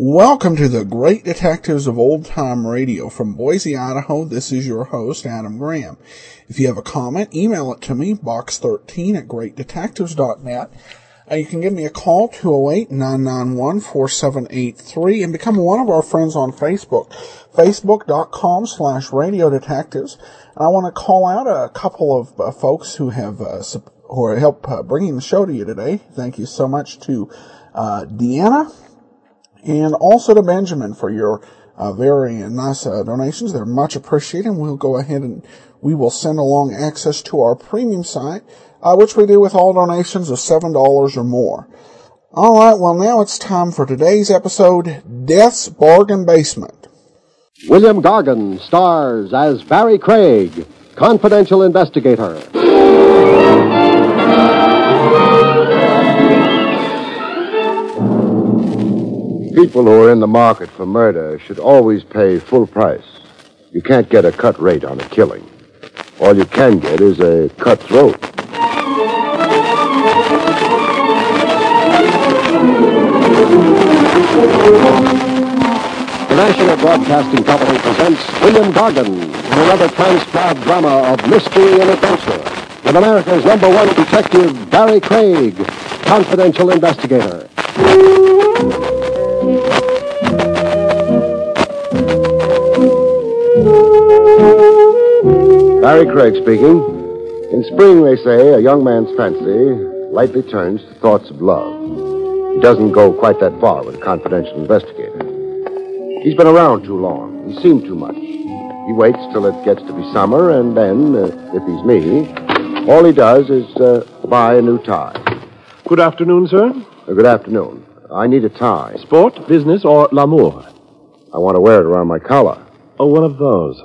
Welcome to the Great Detectives of Old Time Radio from Boise, Idaho. This is your host, Adam Graham. If you have a comment, email it to me, box13 at greatdetectives.net. Uh, you can give me a call, 208-991-4783, and become one of our friends on Facebook, facebook.com slash radio detectives. And I want to call out a couple of uh, folks who have, uh, sup- who are help uh, bringing the show to you today. Thank you so much to, uh, Deanna, and also to Benjamin for your uh, very nice uh, donations. They're much appreciated. And we'll go ahead and we will send along access to our premium site, uh, which we do with all donations of seven dollars or more. All right. Well, now it's time for today's episode, Death's Bargain Basement. William Gargan stars as Barry Craig, confidential investigator. People who are in the market for murder should always pay full price. You can't get a cut rate on a killing. All you can get is a cut throat. The National Broadcasting Company presents William Gargan in another transcribed drama of mystery and adventure with America's number one detective, Barry Craig, confidential investigator. Barry Craig speaking. In spring, they say, a young man's fancy lightly turns to thoughts of love. He doesn't go quite that far with a confidential investigator. He's been around too long. He's seen too much. He waits till it gets to be summer, and then, uh, if he's me, all he does is uh, buy a new tie. Good afternoon, sir. Uh, good afternoon. I need a tie. Sport, business, or l'amour? I want to wear it around my collar. Oh, one of those.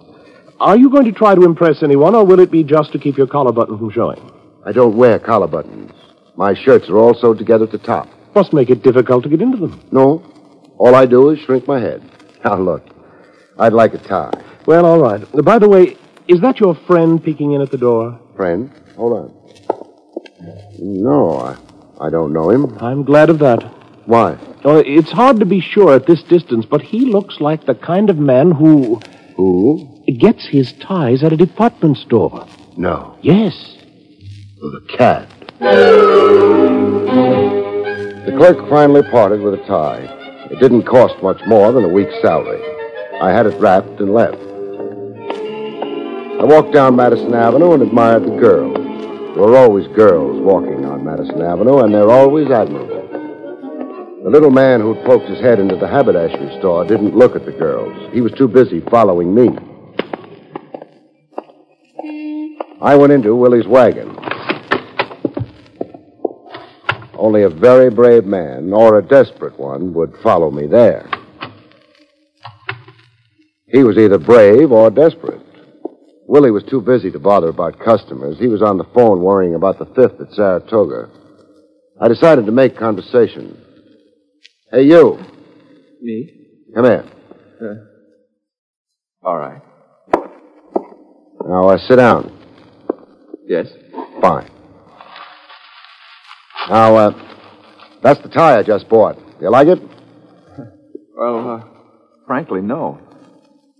Are you going to try to impress anyone, or will it be just to keep your collar button from showing? I don't wear collar buttons. My shirts are all sewed together at the top. Must make it difficult to get into them. No, all I do is shrink my head. Now, look, I'd like a tie. Well, all right. By the way, is that your friend peeking in at the door? Friend, hold on. No, I, I don't know him. I'm glad of that. Why? Oh, it's hard to be sure at this distance, but he looks like the kind of man who Who? gets his ties at a department store. No. Yes. The cat. The clerk finally parted with a tie. It didn't cost much more than a week's salary. I had it wrapped and left. I walked down Madison Avenue and admired the girl. There are always girls walking on Madison Avenue, and they're always admirable. The little man who poked his head into the haberdashery store didn't look at the girls. He was too busy following me. I went into Willie's wagon. Only a very brave man, or a desperate one, would follow me there. He was either brave or desperate. Willie was too busy to bother about customers. He was on the phone worrying about the fifth at Saratoga. I decided to make conversation. Hey, you. Me? Come here. All right. Now, uh, sit down. Yes. Fine. Now, uh, that's the tie I just bought. You like it? Well, uh, frankly, no.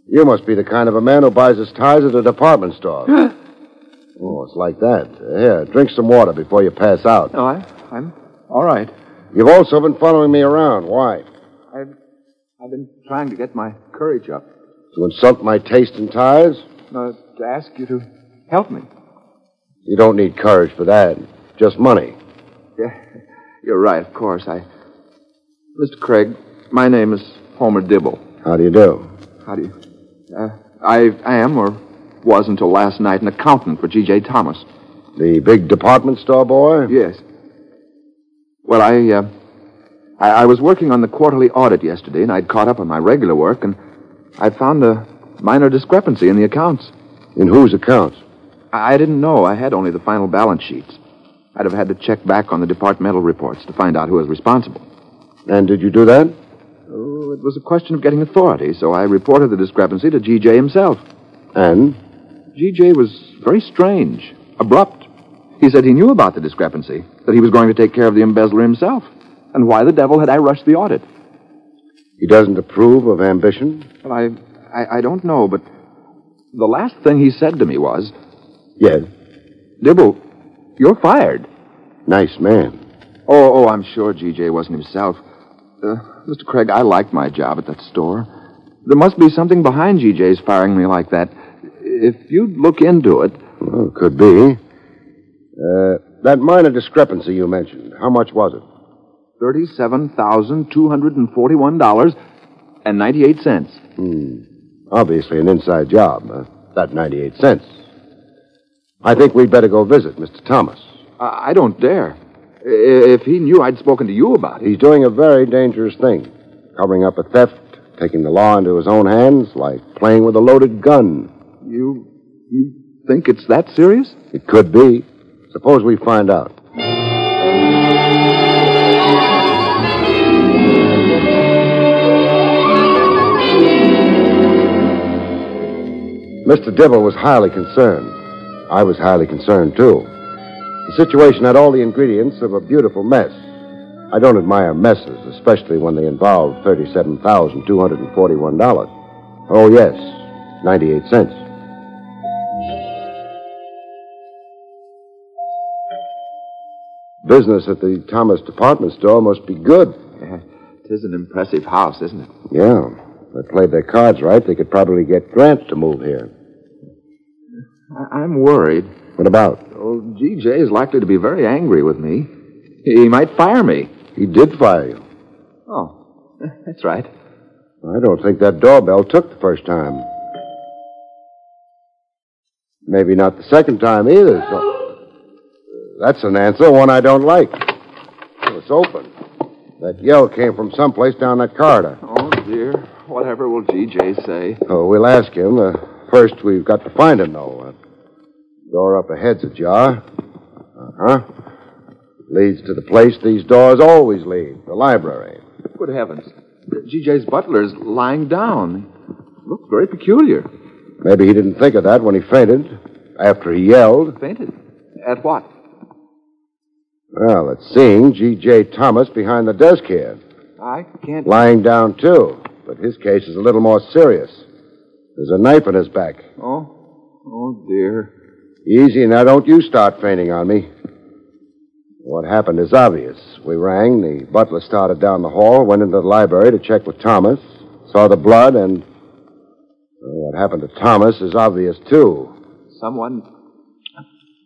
You must be the kind of a man who buys his ties at a department store. oh, it's like that. Uh, Here, drink some water before you pass out. No, I, I'm all right. You've also been following me around. Why? I've, I've been trying to get my courage up. To insult my taste in ties? No, to ask you to help me. You don't need courage for that. Just money. Yeah, you're right, of course. I, Mr. Craig, my name is Homer Dibble. How do you do? How do you? Uh, I, I am, or was until last night, an accountant for G.J. Thomas. The big department store boy? Yes. Well, I, uh, I, I was working on the quarterly audit yesterday, and I'd caught up on my regular work, and I found a minor discrepancy in the accounts. In whose accounts? I I didn't know. I had only the final balance sheets. I'd have had to check back on the departmental reports to find out who was responsible. And did you do that? Oh, it was a question of getting authority, so I reported the discrepancy to G.J. himself. And? G.J. was very strange, abrupt. He said he knew about the discrepancy, that he was going to take care of the embezzler himself. And why the devil had I rushed the audit? He doesn't approve of ambition? Well, I, I, I don't know, but the last thing he said to me was, Yes. Dibble, you're fired. Nice man. Oh, oh, I'm sure G.J. wasn't himself. Uh, Mr. Craig, I liked my job at that store. There must be something behind G.J.'s firing me like that. If you'd look into it, Well, could be. Uh, that minor discrepancy you mentioned, how much was it? $37,241.98. Obviously an inside job. Uh, that 98 cents. I think we'd better go visit Mr. Thomas. I I don't dare. I- If he knew I'd spoken to you about it, He's doing a very dangerous thing. Covering up a theft, taking the law into his own hands, like playing with a loaded gun. you, you think it's that serious? It could be. Suppose we find out. Mr. Dibble was highly concerned. I was highly concerned, too. The situation had all the ingredients of a beautiful mess. I don't admire messes, especially when they involve $37,241. Oh, yes, 98 cents. Business at the Thomas department store must be good. Yeah, it is an impressive house, isn't it? Yeah. If they played their cards right, they could probably get Grant to move here. I- I'm worried. What about? Oh, G.J. is likely to be very angry with me. He might fire me. He did fire you. Oh, that's right. I don't think that doorbell took the first time. Maybe not the second time either. So that's an answer, one I don't like. Oh, it's open. That yell came from someplace down that corridor. Oh, dear. Whatever will G.J. say? Oh, we'll ask him. Uh, first, we've got to find him, though. Uh, door up ahead's ajar. Uh huh. Leads to the place these doors always lead the library. Good heavens. G.J.'s butler is lying down. Looks very peculiar. Maybe he didn't think of that when he fainted, after he yelled. Fainted. At what? Well, it's seeing G.J. Thomas behind the desk here, I can't. lying down, too. But his case is a little more serious. There's a knife in his back. Oh, oh, dear. Easy now, don't you start fainting on me. What happened is obvious. We rang, the butler started down the hall, went into the library to check with Thomas, saw the blood, and. Well, What happened to Thomas is obvious, too. Someone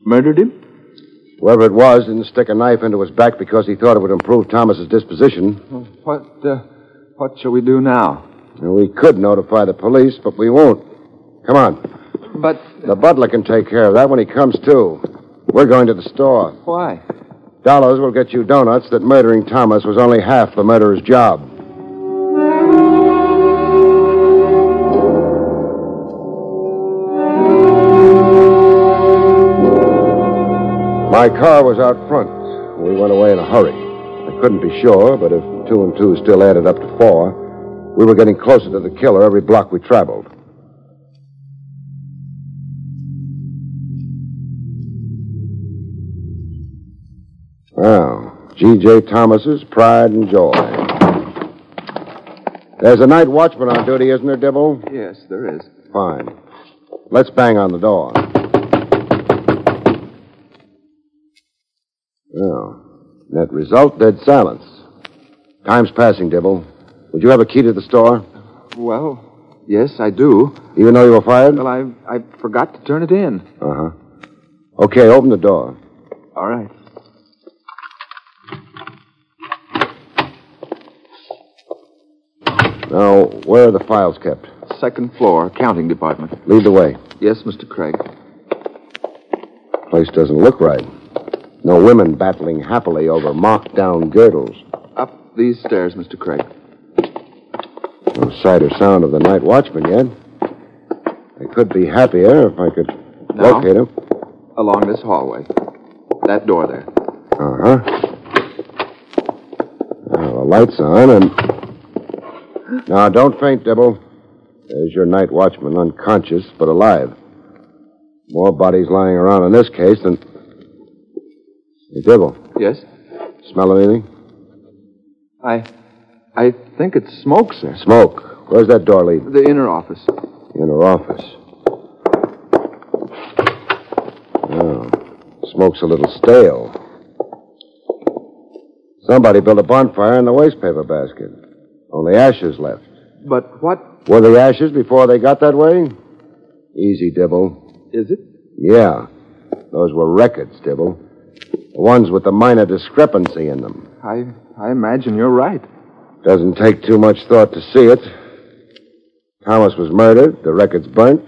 murdered him? Whoever it was didn't stick a knife into his back because he thought it would improve Thomas's disposition. What, uh, what shall we do now? And we could notify the police, but we won't. Come on. But The butler can take care of that when he comes to. We're going to the store. why? Dollars will get you donuts that murdering Thomas was only half the murderer's job. My car was out front. We went away in a hurry. I couldn't be sure, but if two and two still added up to four, we were getting closer to the killer every block we traveled. Well, G.J. Thomas's pride and joy. There's a night watchman on duty, isn't there, Dibble? Yes, there is. Fine. Let's bang on the door. Oh. Net result, dead silence. Time's passing, Dibble. Would you have a key to the store, Well, yes, I do. even though you were fired? Well, I, I forgot to turn it in. Uh-huh. Okay, open the door. All right. Now, where are the files kept? Second floor, accounting department. Lead the way. Yes, Mr. Craig. Place doesn't look right. No women battling happily over mocked down girdles. Up these stairs, Mr. Craig. No sight or sound of the night watchman yet. I could be happier if I could No? locate him. Along this hallway. That door there. Uh huh. Well, the light's on, and. Now, don't faint, Dibble. There's your night watchman unconscious, but alive. More bodies lying around in this case than. Hey, Dibble, Yes? smell anything? I. I think it's smoke, sir. Smoke. Where's that door lead? The inner office. Inner office. Oh, smoke's a little stale. Somebody built a bonfire in the waste paper basket. Only ashes left. But what Were the ashes before they got that way? Easy, Dibble. is it? Yeah. Those were records, Dibble. The ones with the minor discrepancy in them. I. I imagine you're right. Doesn't take too much thought to see it. Thomas was murdered, the records burnt,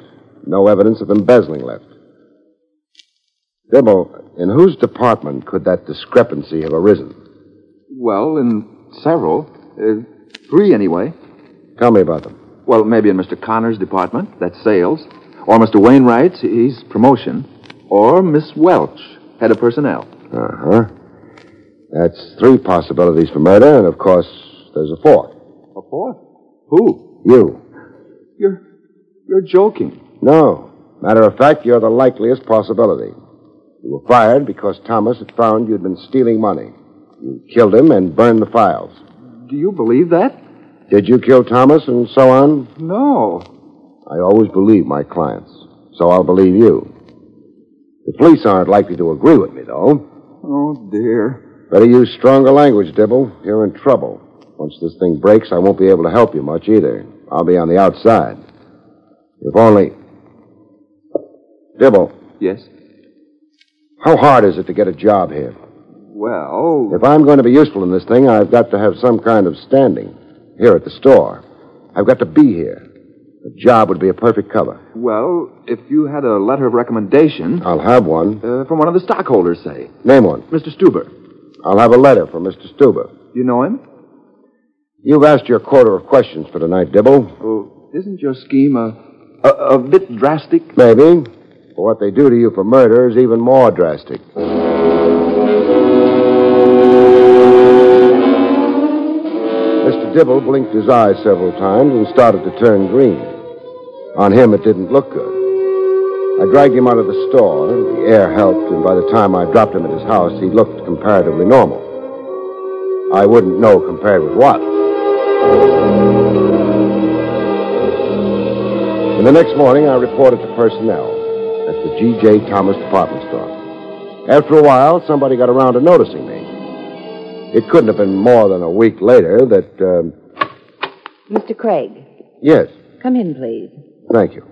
no evidence of embezzling left. Dibble, in whose department could that discrepancy have arisen? Well, in several. Uh, three, anyway. Tell me about them. Well, maybe in Mr. Connor's department, that's sales. Or Mr. Wainwright's, he's promotion. Or Miss Welch, head of personnel. Uh huh. That's three possibilities for murder, and of course, there's a fourth. A fourth? Who? You. You're. You're joking. No. Matter of fact, you're the likeliest possibility. You were fired because Thomas had found you'd been stealing money. You killed him and burned the files. Do you believe that? Did you kill Thomas and so on? No. I always believe my clients, so I'll believe you. The police aren't likely to agree with me, though. Oh, dear. Better use stronger language, Dibble. You're in trouble. Once this thing breaks, I won't be able to help you much either. I'll be on the outside. If only. Dibble, Yes? how hard is it to get a job here? Well. If I'm going to be useful in this thing, I've got to have some kind of standing here at the store. I've got to be here. A job would be a perfect cover. Well, if you had a letter of recommendation I'll have one. uh, from one of the stockholders, say, Name one. Mr. Stuber. I'll have a letter from Mr. Stuber. You know him? You've asked your quota of questions for tonight, Dibble. Oh, isn't your scheme a, a, a bit drastic? Maybe. But what they do to you for murder is even more drastic. Mr. Dibble blinked his eyes several times and started to turn green. On him, it didn't look good. I dragged him out of the store. The air helped, and by the time I dropped him at his house, he looked comparatively normal. I wouldn't know compared with what. And the next morning, I reported to personnel at the G.J. Thomas department store. After a while, somebody got around to noticing me. It couldn't have been more than a week later that, um, Mr. Craig, yes, come in, please. thank you.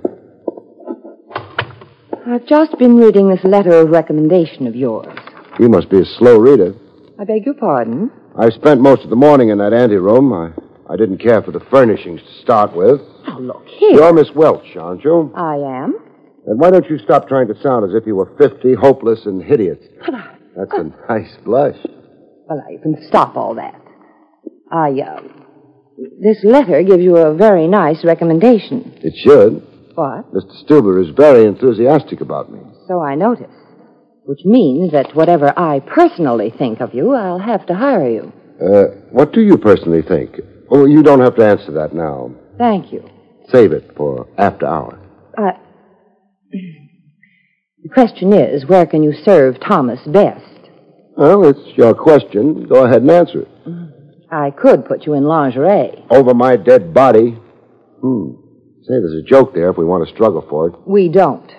I've just been reading this letter of recommendation of yours. You must be a slow reader. I beg your pardon? I spent most of the morning in that anteroom. I, I didn't care for the furnishings to start with. Now, Oh, look here. You're Miss Welch, aren't you? I am. And why don't you stop trying to sound as if you were 50, hopeless, and hideous? That's a nice blush. Well, now, you can stop all that. I, uh, this letter gives you a very nice recommendation. It should. What? Mr. Stuber is very enthusiastic about me. So I notice. Which means that whatever I personally think of you, I'll have to hire you. Uh, what do you personally think? Oh, you don't have to answer that now. Thank you. Save it for after hours. I. The question is, where can you serve Thomas best? Well, it's your question. Go ahead and answer it. I could put you in lingerie. Over my dead body. Hmm. Say, there's a joke there if we want to struggle for it. We don't.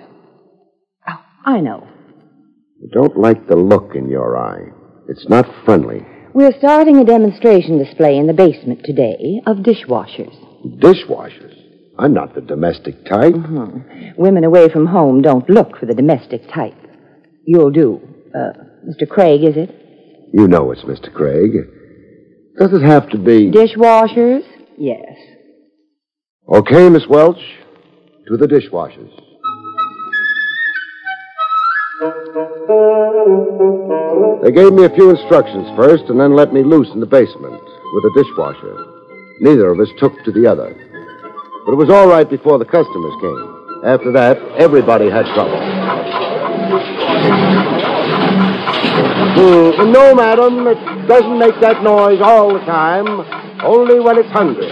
Oh, I know. I don't like the look in your eye. It's not friendly. We're starting a demonstration display in the basement today of dishwashers. Dishwashers. I'm not the domestic type. Women away from home don't look for the domestic type. You'll do. Uh, Mr. Craig, is it? You know it's Mr. Craig. Does it have to be? Dishwashers? Yes. Okay, Miss Welch. To the dishwashers. They gave me a few instructions first and then let me loose in the basement with a dishwasher. Neither of us took to the other. But it was all right before the customers came. After that, everybody had trouble. Hmm, No, madam, it doesn't make that noise all the time. Only when it's hungry.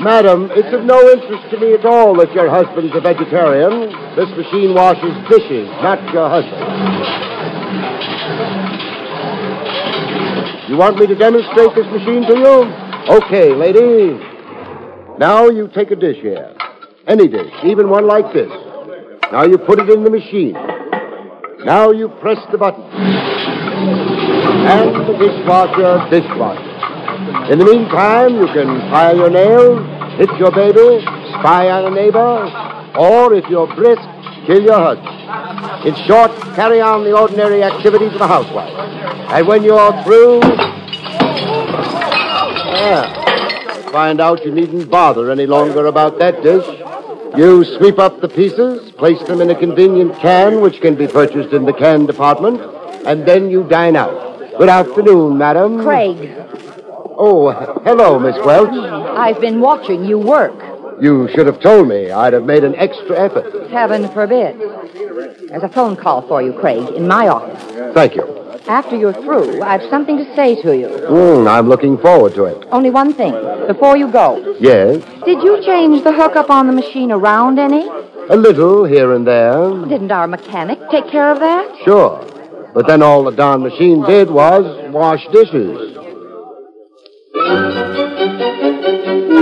Madam, it's of no interest to me at all that your husband's a vegetarian. This machine washes dishes, not your husband. You want me to demonstrate this machine to you? Okay, lady. Now you take a dish here. Any dish, even one like this. Now you put it in the machine. Now you press the button. And the dishwasher dishwasher. In the meantime, you can file your nails, hit your baby, spy on a neighbor, or if you're brisk, kill your husband. In short, carry on the ordinary activities of a housewife. And when you're through. Yeah. Find out you needn't bother any longer about that dish. You sweep up the pieces, place them in a convenient can which can be purchased in the can department, and then you dine out. Good afternoon, madam. Craig, Oh, hello, Miss Welch. I've been watching you work. You should have told me. I'd have made an extra effort. Heaven forbid. There's a phone call for you, Craig, in my office. Thank you. After you're through, I've something to say to you. Hmm, I'm looking forward to it. Only one thing before you go. Yes, Did you change the hookup on the machine around any? a little here and there. Didn't our mechanic take care of that? Sure. But then all the darn machine did was wash dishes.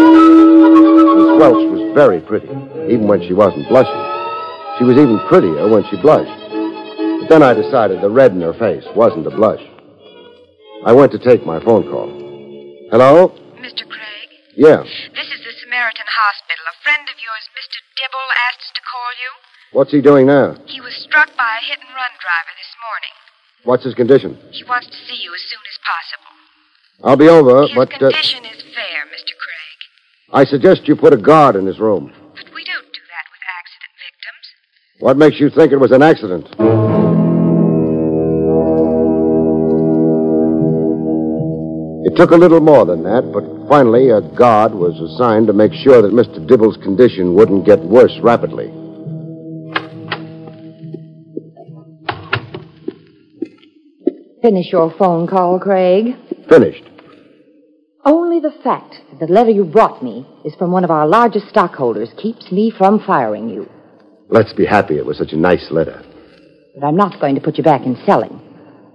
Miss Welch was very pretty, even when she wasn't blushing. She was even prettier when she blushed. But then I decided the red in her face wasn't a blush. I went to take my phone call. Hello? Mr. Craig, Yeah. this is the Samaritan Hospital. A friend of yours, Mr. Dibble, asked us to call you. What's he doing now? He was struck by a hit and run driver this morning. What's his condition? He wants to see you as soon as possible. I'll be over, His but uh, condition is fair, Mr. Craig. I suggest you put a guard in his room. But we don't do that with accident victims. What makes you think it was an accident? It took a little more than that, but finally a guard was assigned to make sure that Mr. Dibble's condition wouldn't get worse rapidly. Finish your phone call, Craig. Finished. Only the fact that the letter you brought me is from one of our largest stockholders keeps me from firing you. Let's be happy it was such a nice letter. But I'm not going to put you back in selling.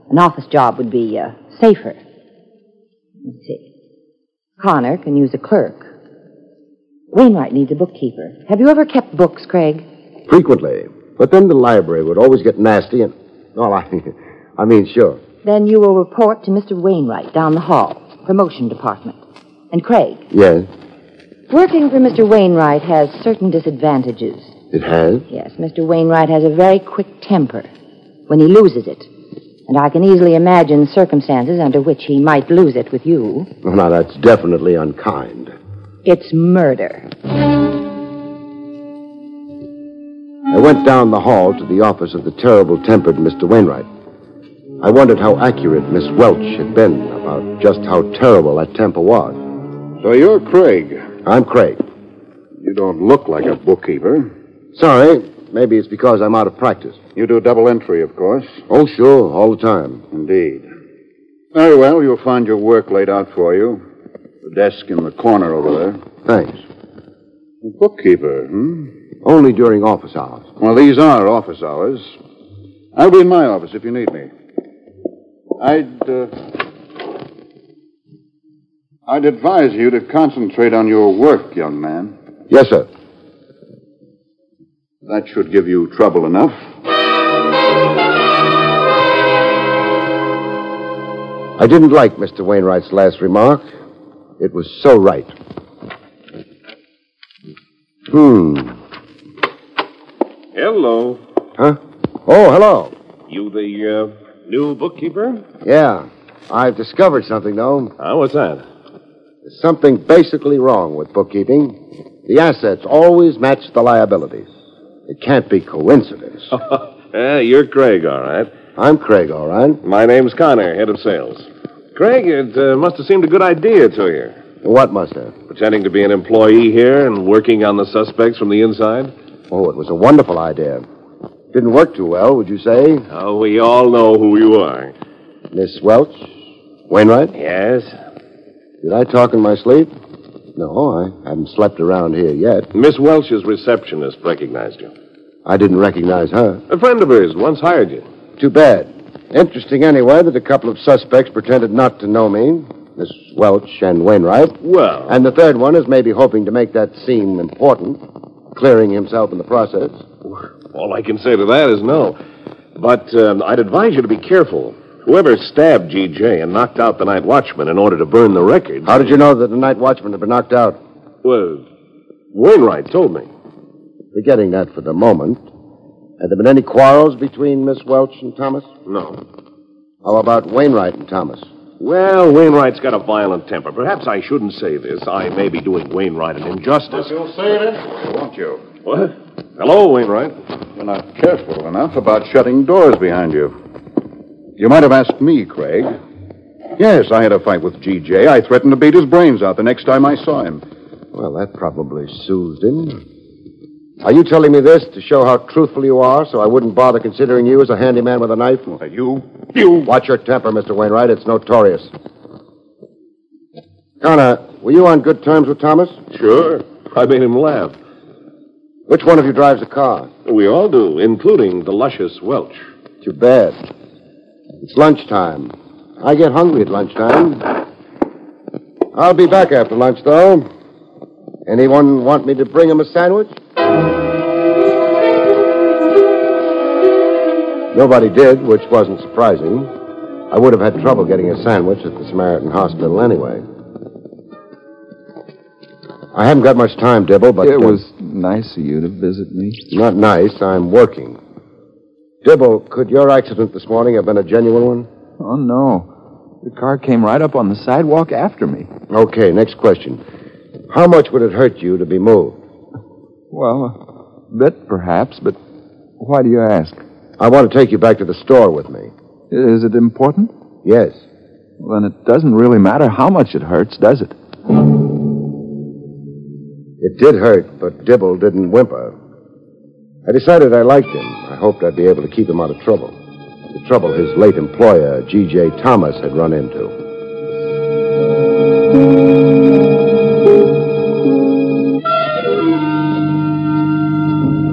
An office job would be uh, safer. Let's see. Connor can use a clerk. Wainwright needs a bookkeeper. Have you ever kept books, Craig? Frequently. But then the library would always get nasty and. Well, I, I mean, sure. Then you will report to Mr. Wainwright down the hall, promotion department. And Craig, Yes, working for Mr. Wainwright has certain disadvantages. it has. Yes, Mr. Wainwright has a very quick temper when he loses it. And I can easily imagine circumstances under which he might lose it with you. Now, that's definitely unkind. It's murder. I went down the hall to the office of the terrible tempered Mr. Wainwright. I wondered how accurate Miss Welch had been about just how terrible that temper was. So you're Craig. I'm Craig. You don't look like a bookkeeper. Sorry, maybe it's because I'm out of practice. You do double entry, of course. Oh, sure, all the time. Indeed. Very well, you'll find your work laid out for you. The desk in the corner over there. Thanks. Bookkeeper, hmm? Only during office hours. Well, these are office hours. I'll be in my office if you need me. I'd, uh, I'd advise you to concentrate on your work, young man. Yes, sir. That should give you trouble enough. I didn't like Mr. Wainwright's last remark. It was so right. Hmm. Hello. Huh? Oh, hello. You the uh, new bookkeeper? Yeah. I've discovered something, though. Huh? What's that? There's something basically wrong with bookkeeping. The assets always match the liabilities. It can't be coincidence. yeah, you're Eh, Craig, all right. I'm Craig, all right. My name's Connor, head of sales. Craig, it uh, must have seemed a good idea to you. What must have? Pretending to be an employee here and working on the suspects from the inside? Oh, it was a wonderful idea. Didn't work too well, would you say? Oh, we all know who you are. Miss Welch? Wainwright? Yes? Did I talk in my sleep? No, I haven't slept around here yet. Miss Welch's receptionist recognized you. I didn't recognize her. A friend of hers once hired you. Too bad. Interesting, anyway, that a couple of suspects pretended not to know me Miss Welch and Wainwright. Well, And the third one is maybe hoping to make that seem important, clearing himself in the process. all I can say to that is no. But um, I'd advise you to be careful. Whoever stabbed G.J. and knocked out the night watchman in order to burn the record. How did you know that the night watchman had been knocked out? Well, Wainwright told me. Forgetting that for the moment. Had there been any quarrels between Miss Welch and Thomas? No. How about Wainwright and Thomas? Well, Wainwright's got a violent temper. Perhaps I shouldn't say this. I may be doing Wainwright an injustice. You'll say it anyway, won't you? What? Hello, Wainwright. You're not careful enough about shutting doors behind you. You might have asked me, Craig. Yes, I had a fight with G.J. I threatened to beat his brains out the next time I saw him. Well, that probably soothed him. Are you telling me this to show how truthful you are so I wouldn't bother considering you as a handyman with a knife? You, you. Watch your temper, Mr. Wainwright. It's notorious. Connor, were you on good terms with Thomas? Sure. I made him laugh. Which one of you drives a car? We all do, including the luscious Welch. Too bad. It's lunchtime. I get hungry at lunchtime. I'll be back after lunch, though. Anyone want me to bring him a sandwich? Nobody did, which wasn't surprising. I would have had trouble getting a sandwich at the Samaritan Hospital anyway. I haven't got much time, Dibble, but it uh, was nice of you to visit me. not nice. I'm working. Dibble, could your accident this morning have been a genuine one? Oh, no. The car came right up on the sidewalk after me. Okay, next question. How much would it hurt you to be moved? Well, a bit perhaps, but why do you ask? I want to take you back to the store with me. Is it important? Yes. Well, then it doesn't really matter how much it hurts, does it? It did hurt, but Dibble didn't whimper. I decided I liked him. I hoped I'd be able to keep him out of trouble. The trouble his late employer, G.J. Thomas, had run into.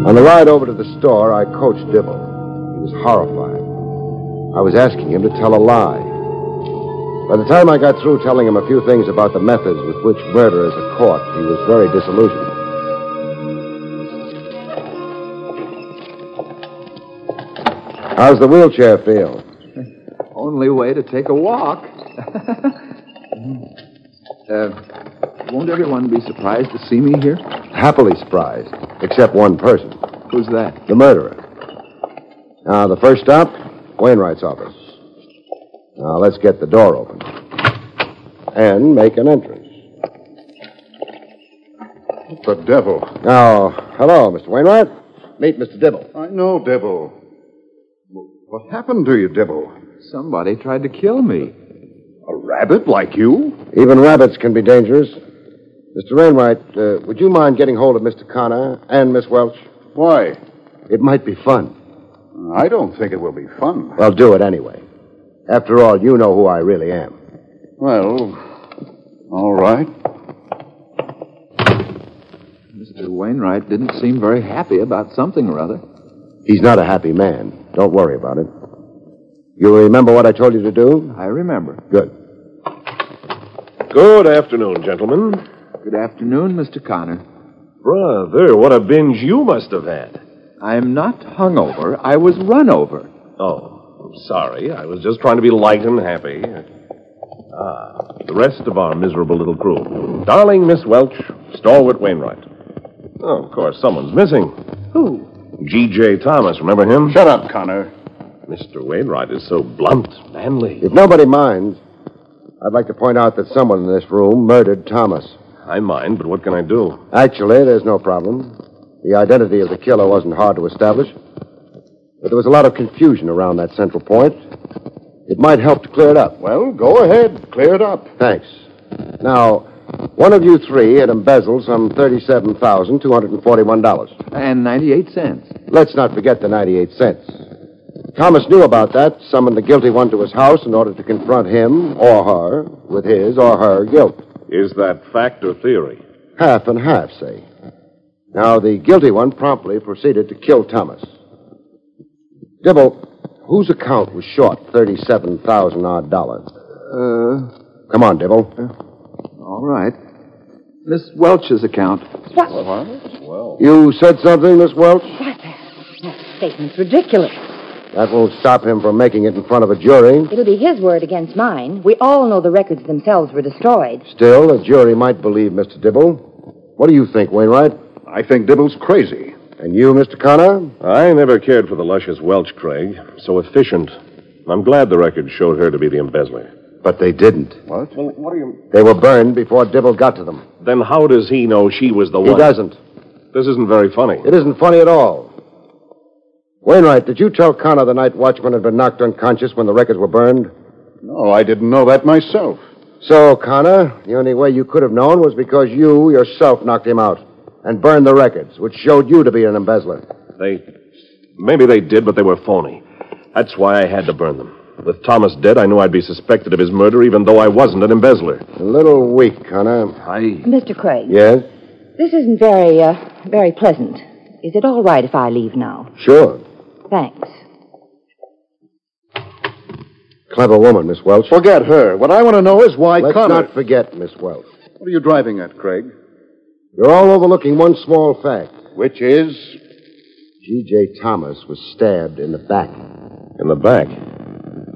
On the ride over to the store, I coached Dibble. He was horrified. I was asking him to tell a lie. By the time I got through telling him a few things about the methods with which murderers are caught, he was very disillusioned. How's the wheelchair feel? Only way to take a walk. uh, won't everyone be surprised to see me here? Happily surprised, except one person, Who's that? the murderer. Now, the first stop, Wainwright's office. Now, let's get the door open and make an entrance. The devil. Now, hello, Mr. Wainwright. Meet Mr. Dibble. I know, Devil. What happened to you, Devil? Somebody tried to kill me. A rabbit like you? Even rabbits can be dangerous. Mr. Rainwright, uh, would you mind getting hold of Mr. Connor and Miss Welch? Why? It might be fun. I don't think it will be fun. Well, do it anyway. After all, you know who I really am. Well, all right. Mr. Wainwright didn't seem very happy about something or other. He's not a happy man. Don't worry about it. You remember what I told you to do? I remember. Good. Good afternoon, gentlemen. Good afternoon, Mr. Connor. Brother, what a binge you must have had. I'm not hungover. I was run over. Oh, I'm sorry. I was just trying to be light and happy. Ah, the rest of our miserable little crew. Darling Miss Welch, stalwart Wainwright. Oh, of course, someone's missing. Who? G.J. Thomas, remember him? Shut up, Connor. Mr. Wainwright is so blunt, manly. If nobody minds, I'd like to point out that someone in this room murdered Thomas. I mind, but what can I do? Actually, there's no problem. The identity of the killer wasn't hard to establish. But there was a lot of confusion around that central point. It might help to clear it up. Well, go ahead. Clear it up. Thanks. Now, one of you three had embezzled some $37,241. And 98 cents. Let's not forget the 98 cents. Thomas knew about that, summoned the guilty one to his house in order to confront him or her with his or her guilt. Is that fact or theory? Half and half, say. Now, the guilty one promptly proceeded to kill Thomas. Dibble, whose account was short 37,000 odd dollars? Uh, Come on, Dibble. all right. Miss Welch's account. You said something, Miss Welch? That statement's ridiculous. That won't stop him from making it in front of a jury. It'll be his word against mine. We all know the records themselves were destroyed. Still, a jury might believe Mr. Dibble. What do you think, Wainwright? I think Dibble's crazy. And you, Mr. Connor? I never cared for the luscious Welch, Craig. So efficient. I'm glad the record showed her to be the embezzler. But they didn't. What? Well, what do you. They were burned before Dibble got to them. Then how does he know she was the He one? doesn't. This isn't very funny. It isn't funny at all. Wainwright, did you tell Connor the night watchman had been knocked unconscious when the records were burned? No, I didn't know that myself. So, Connor, the only way you could have known was because you yourself knocked him out and burned the records, which showed you to be an embezzler. They. Maybe they did, but they were phony. That's why I had to burn them. With Thomas dead, I knew I'd be suspected of his murder, even though I wasn't an embezzler. A little weak, Connor. I. Mr. Craig, Yes? this isn't very, uh, very pleasant. Is it all right if I leave now? Sure. Thanks. Clever woman, Miss Welch. Forget her. What I want to know is why Let's Connor. not forget, Miss Welch. What are you driving at, Craig? You're all overlooking one small fact. Which is. G.J. Thomas was stabbed in the back. In the back.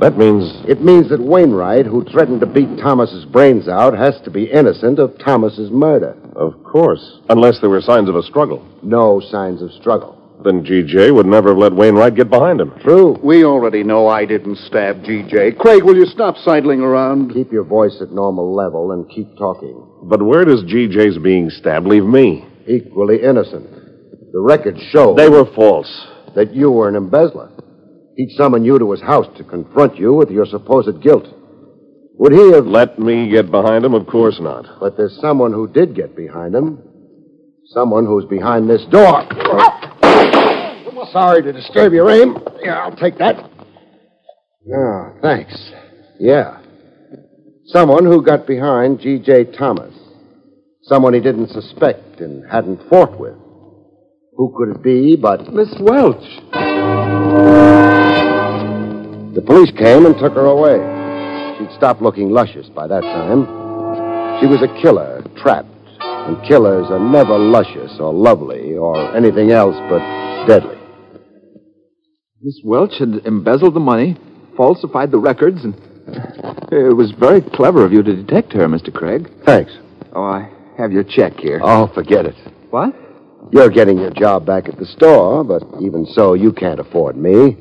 That means. It means that Wainwright, who threatened to beat Thomas's brains out, has to be innocent of Thomas's murder. Of course. Unless there were signs of a struggle. No signs of struggle. Then G.J. would never have let Wainwright get behind him. True. We already know I didn't stab G.J. Craig, will you stop sidling around? Keep your voice at normal level and keep talking. But where does G.J.'s being stabbed leave me? Equally innocent. The records show They were false. that you were an embezzler. He'd summoned you to his house to confront you with your supposed guilt. Would he have? Let me get behind him? Of course not. But there's someone who did get behind him. Someone who's behind this door. Oh. Sorry to disturb your aim. Yeah, I'll take that. Ah, thanks. Yeah. Someone who got behind G.J. Thomas. Someone he didn't suspect and hadn't fought with. Who could it be but Miss Welch. The police came and took her away. She'd stopped looking luscious by that time. She was a killer, trapped. And killers are never luscious or lovely or anything else but deadly. Miss Welch had embezzled the money, falsified the records, and. uh, It was very clever of you to detect her, Mr. Craig. Thanks. Oh, I have your check here. Oh, forget it. What? You're getting your job back at the store, but even so, you can't afford me.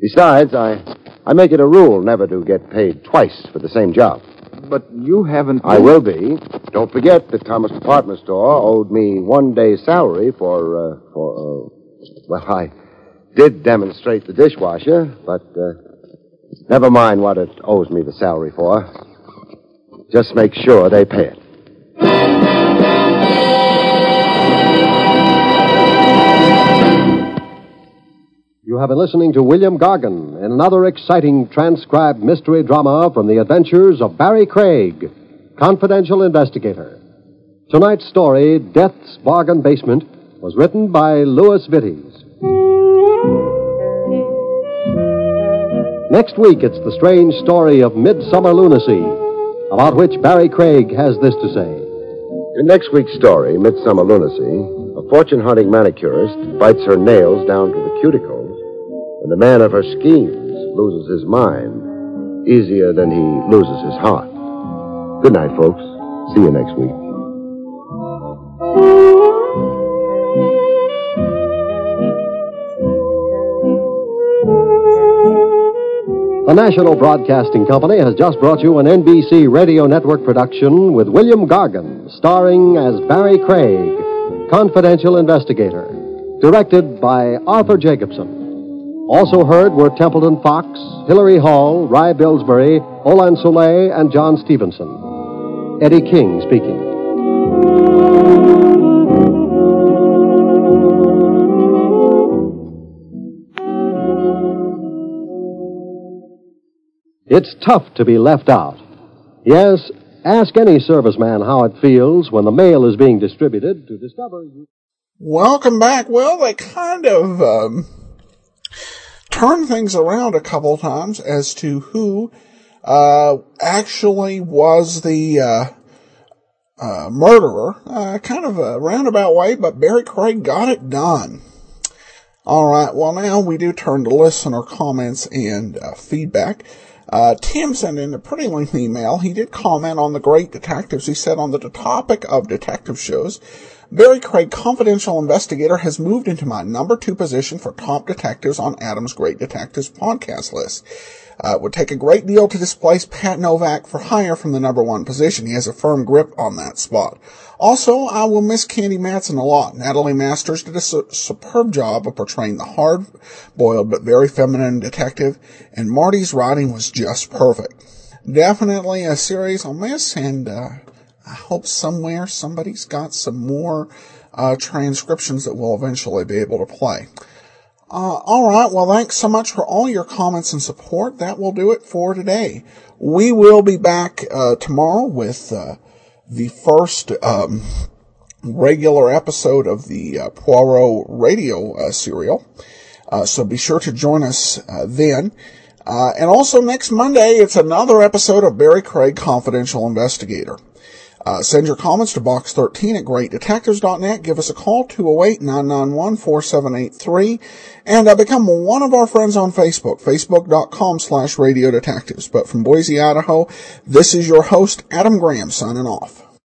Besides, I, I make it a rule never to get paid twice for the same job. But you haven't. I will be. Don't forget that Thomas Department Store owed me one day's salary for, uh, for, uh, well, I did demonstrate the dishwasher, but, uh, never mind what it owes me the salary for. Just make sure they pay it. You have been listening to William Gargan in another exciting transcribed mystery drama from the adventures of Barry Craig, confidential investigator. Tonight's story, Death's Bargain Basement, was written by Louis Vittes. Next week, it's the strange story of Midsummer Lunacy, about which Barry Craig has this to say. In next week's story, Midsummer Lunacy, a fortune hunting manicurist bites her nails down to the cuticles, and the man of her schemes loses his mind easier than he loses his heart. Good night, folks. See you next week. The National Broadcasting Company has just brought you an NBC Radio Network production with William Gargan, starring as Barry Craig, confidential investigator, directed by Arthur Jacobson. Also heard were Templeton Fox, Hilary Hall, Rye Billsbury, Olan Soleil, and John Stevenson. Eddie King speaking. It's tough to be left out. Yes, ask any serviceman how it feels when the mail is being distributed to discover you. Welcome back. Well, they kind of um, turned things around a couple times as to who uh, actually was the uh, uh, murderer. Uh, kind of a roundabout way, but Barry Craig got it done. All right. Well, now we do turn to listener comments and uh, feedback. Uh, Tim sent in a pretty lengthy email. He did comment on the great detectives. He said on the topic of detective shows, Barry Craig, confidential investigator, has moved into my number two position for top detectives on Adam's Great Detectives podcast list. Uh, it would take a great deal to displace Pat Novak for hire from the number one position. He has a firm grip on that spot. Also, I will miss Candy Matson a lot. Natalie Masters did a su- superb job of portraying the hard-boiled but very feminine detective, and Marty's writing was just perfect. Definitely a series I'll miss, and uh, I hope somewhere somebody's got some more uh, transcriptions that we'll eventually be able to play. Uh, all right. Well, thanks so much for all your comments and support. That will do it for today. We will be back uh, tomorrow with uh, the first um, regular episode of the uh, Poirot radio uh, serial. Uh, so be sure to join us uh, then. Uh, and also next Monday, it's another episode of Barry Craig Confidential Investigator. Uh, send your comments to box13 at greatdetectives.net. Give us a call, 208-991-4783. And uh, become one of our friends on Facebook, facebook.com slash radio detectives. But from Boise, Idaho, this is your host, Adam Graham, signing off.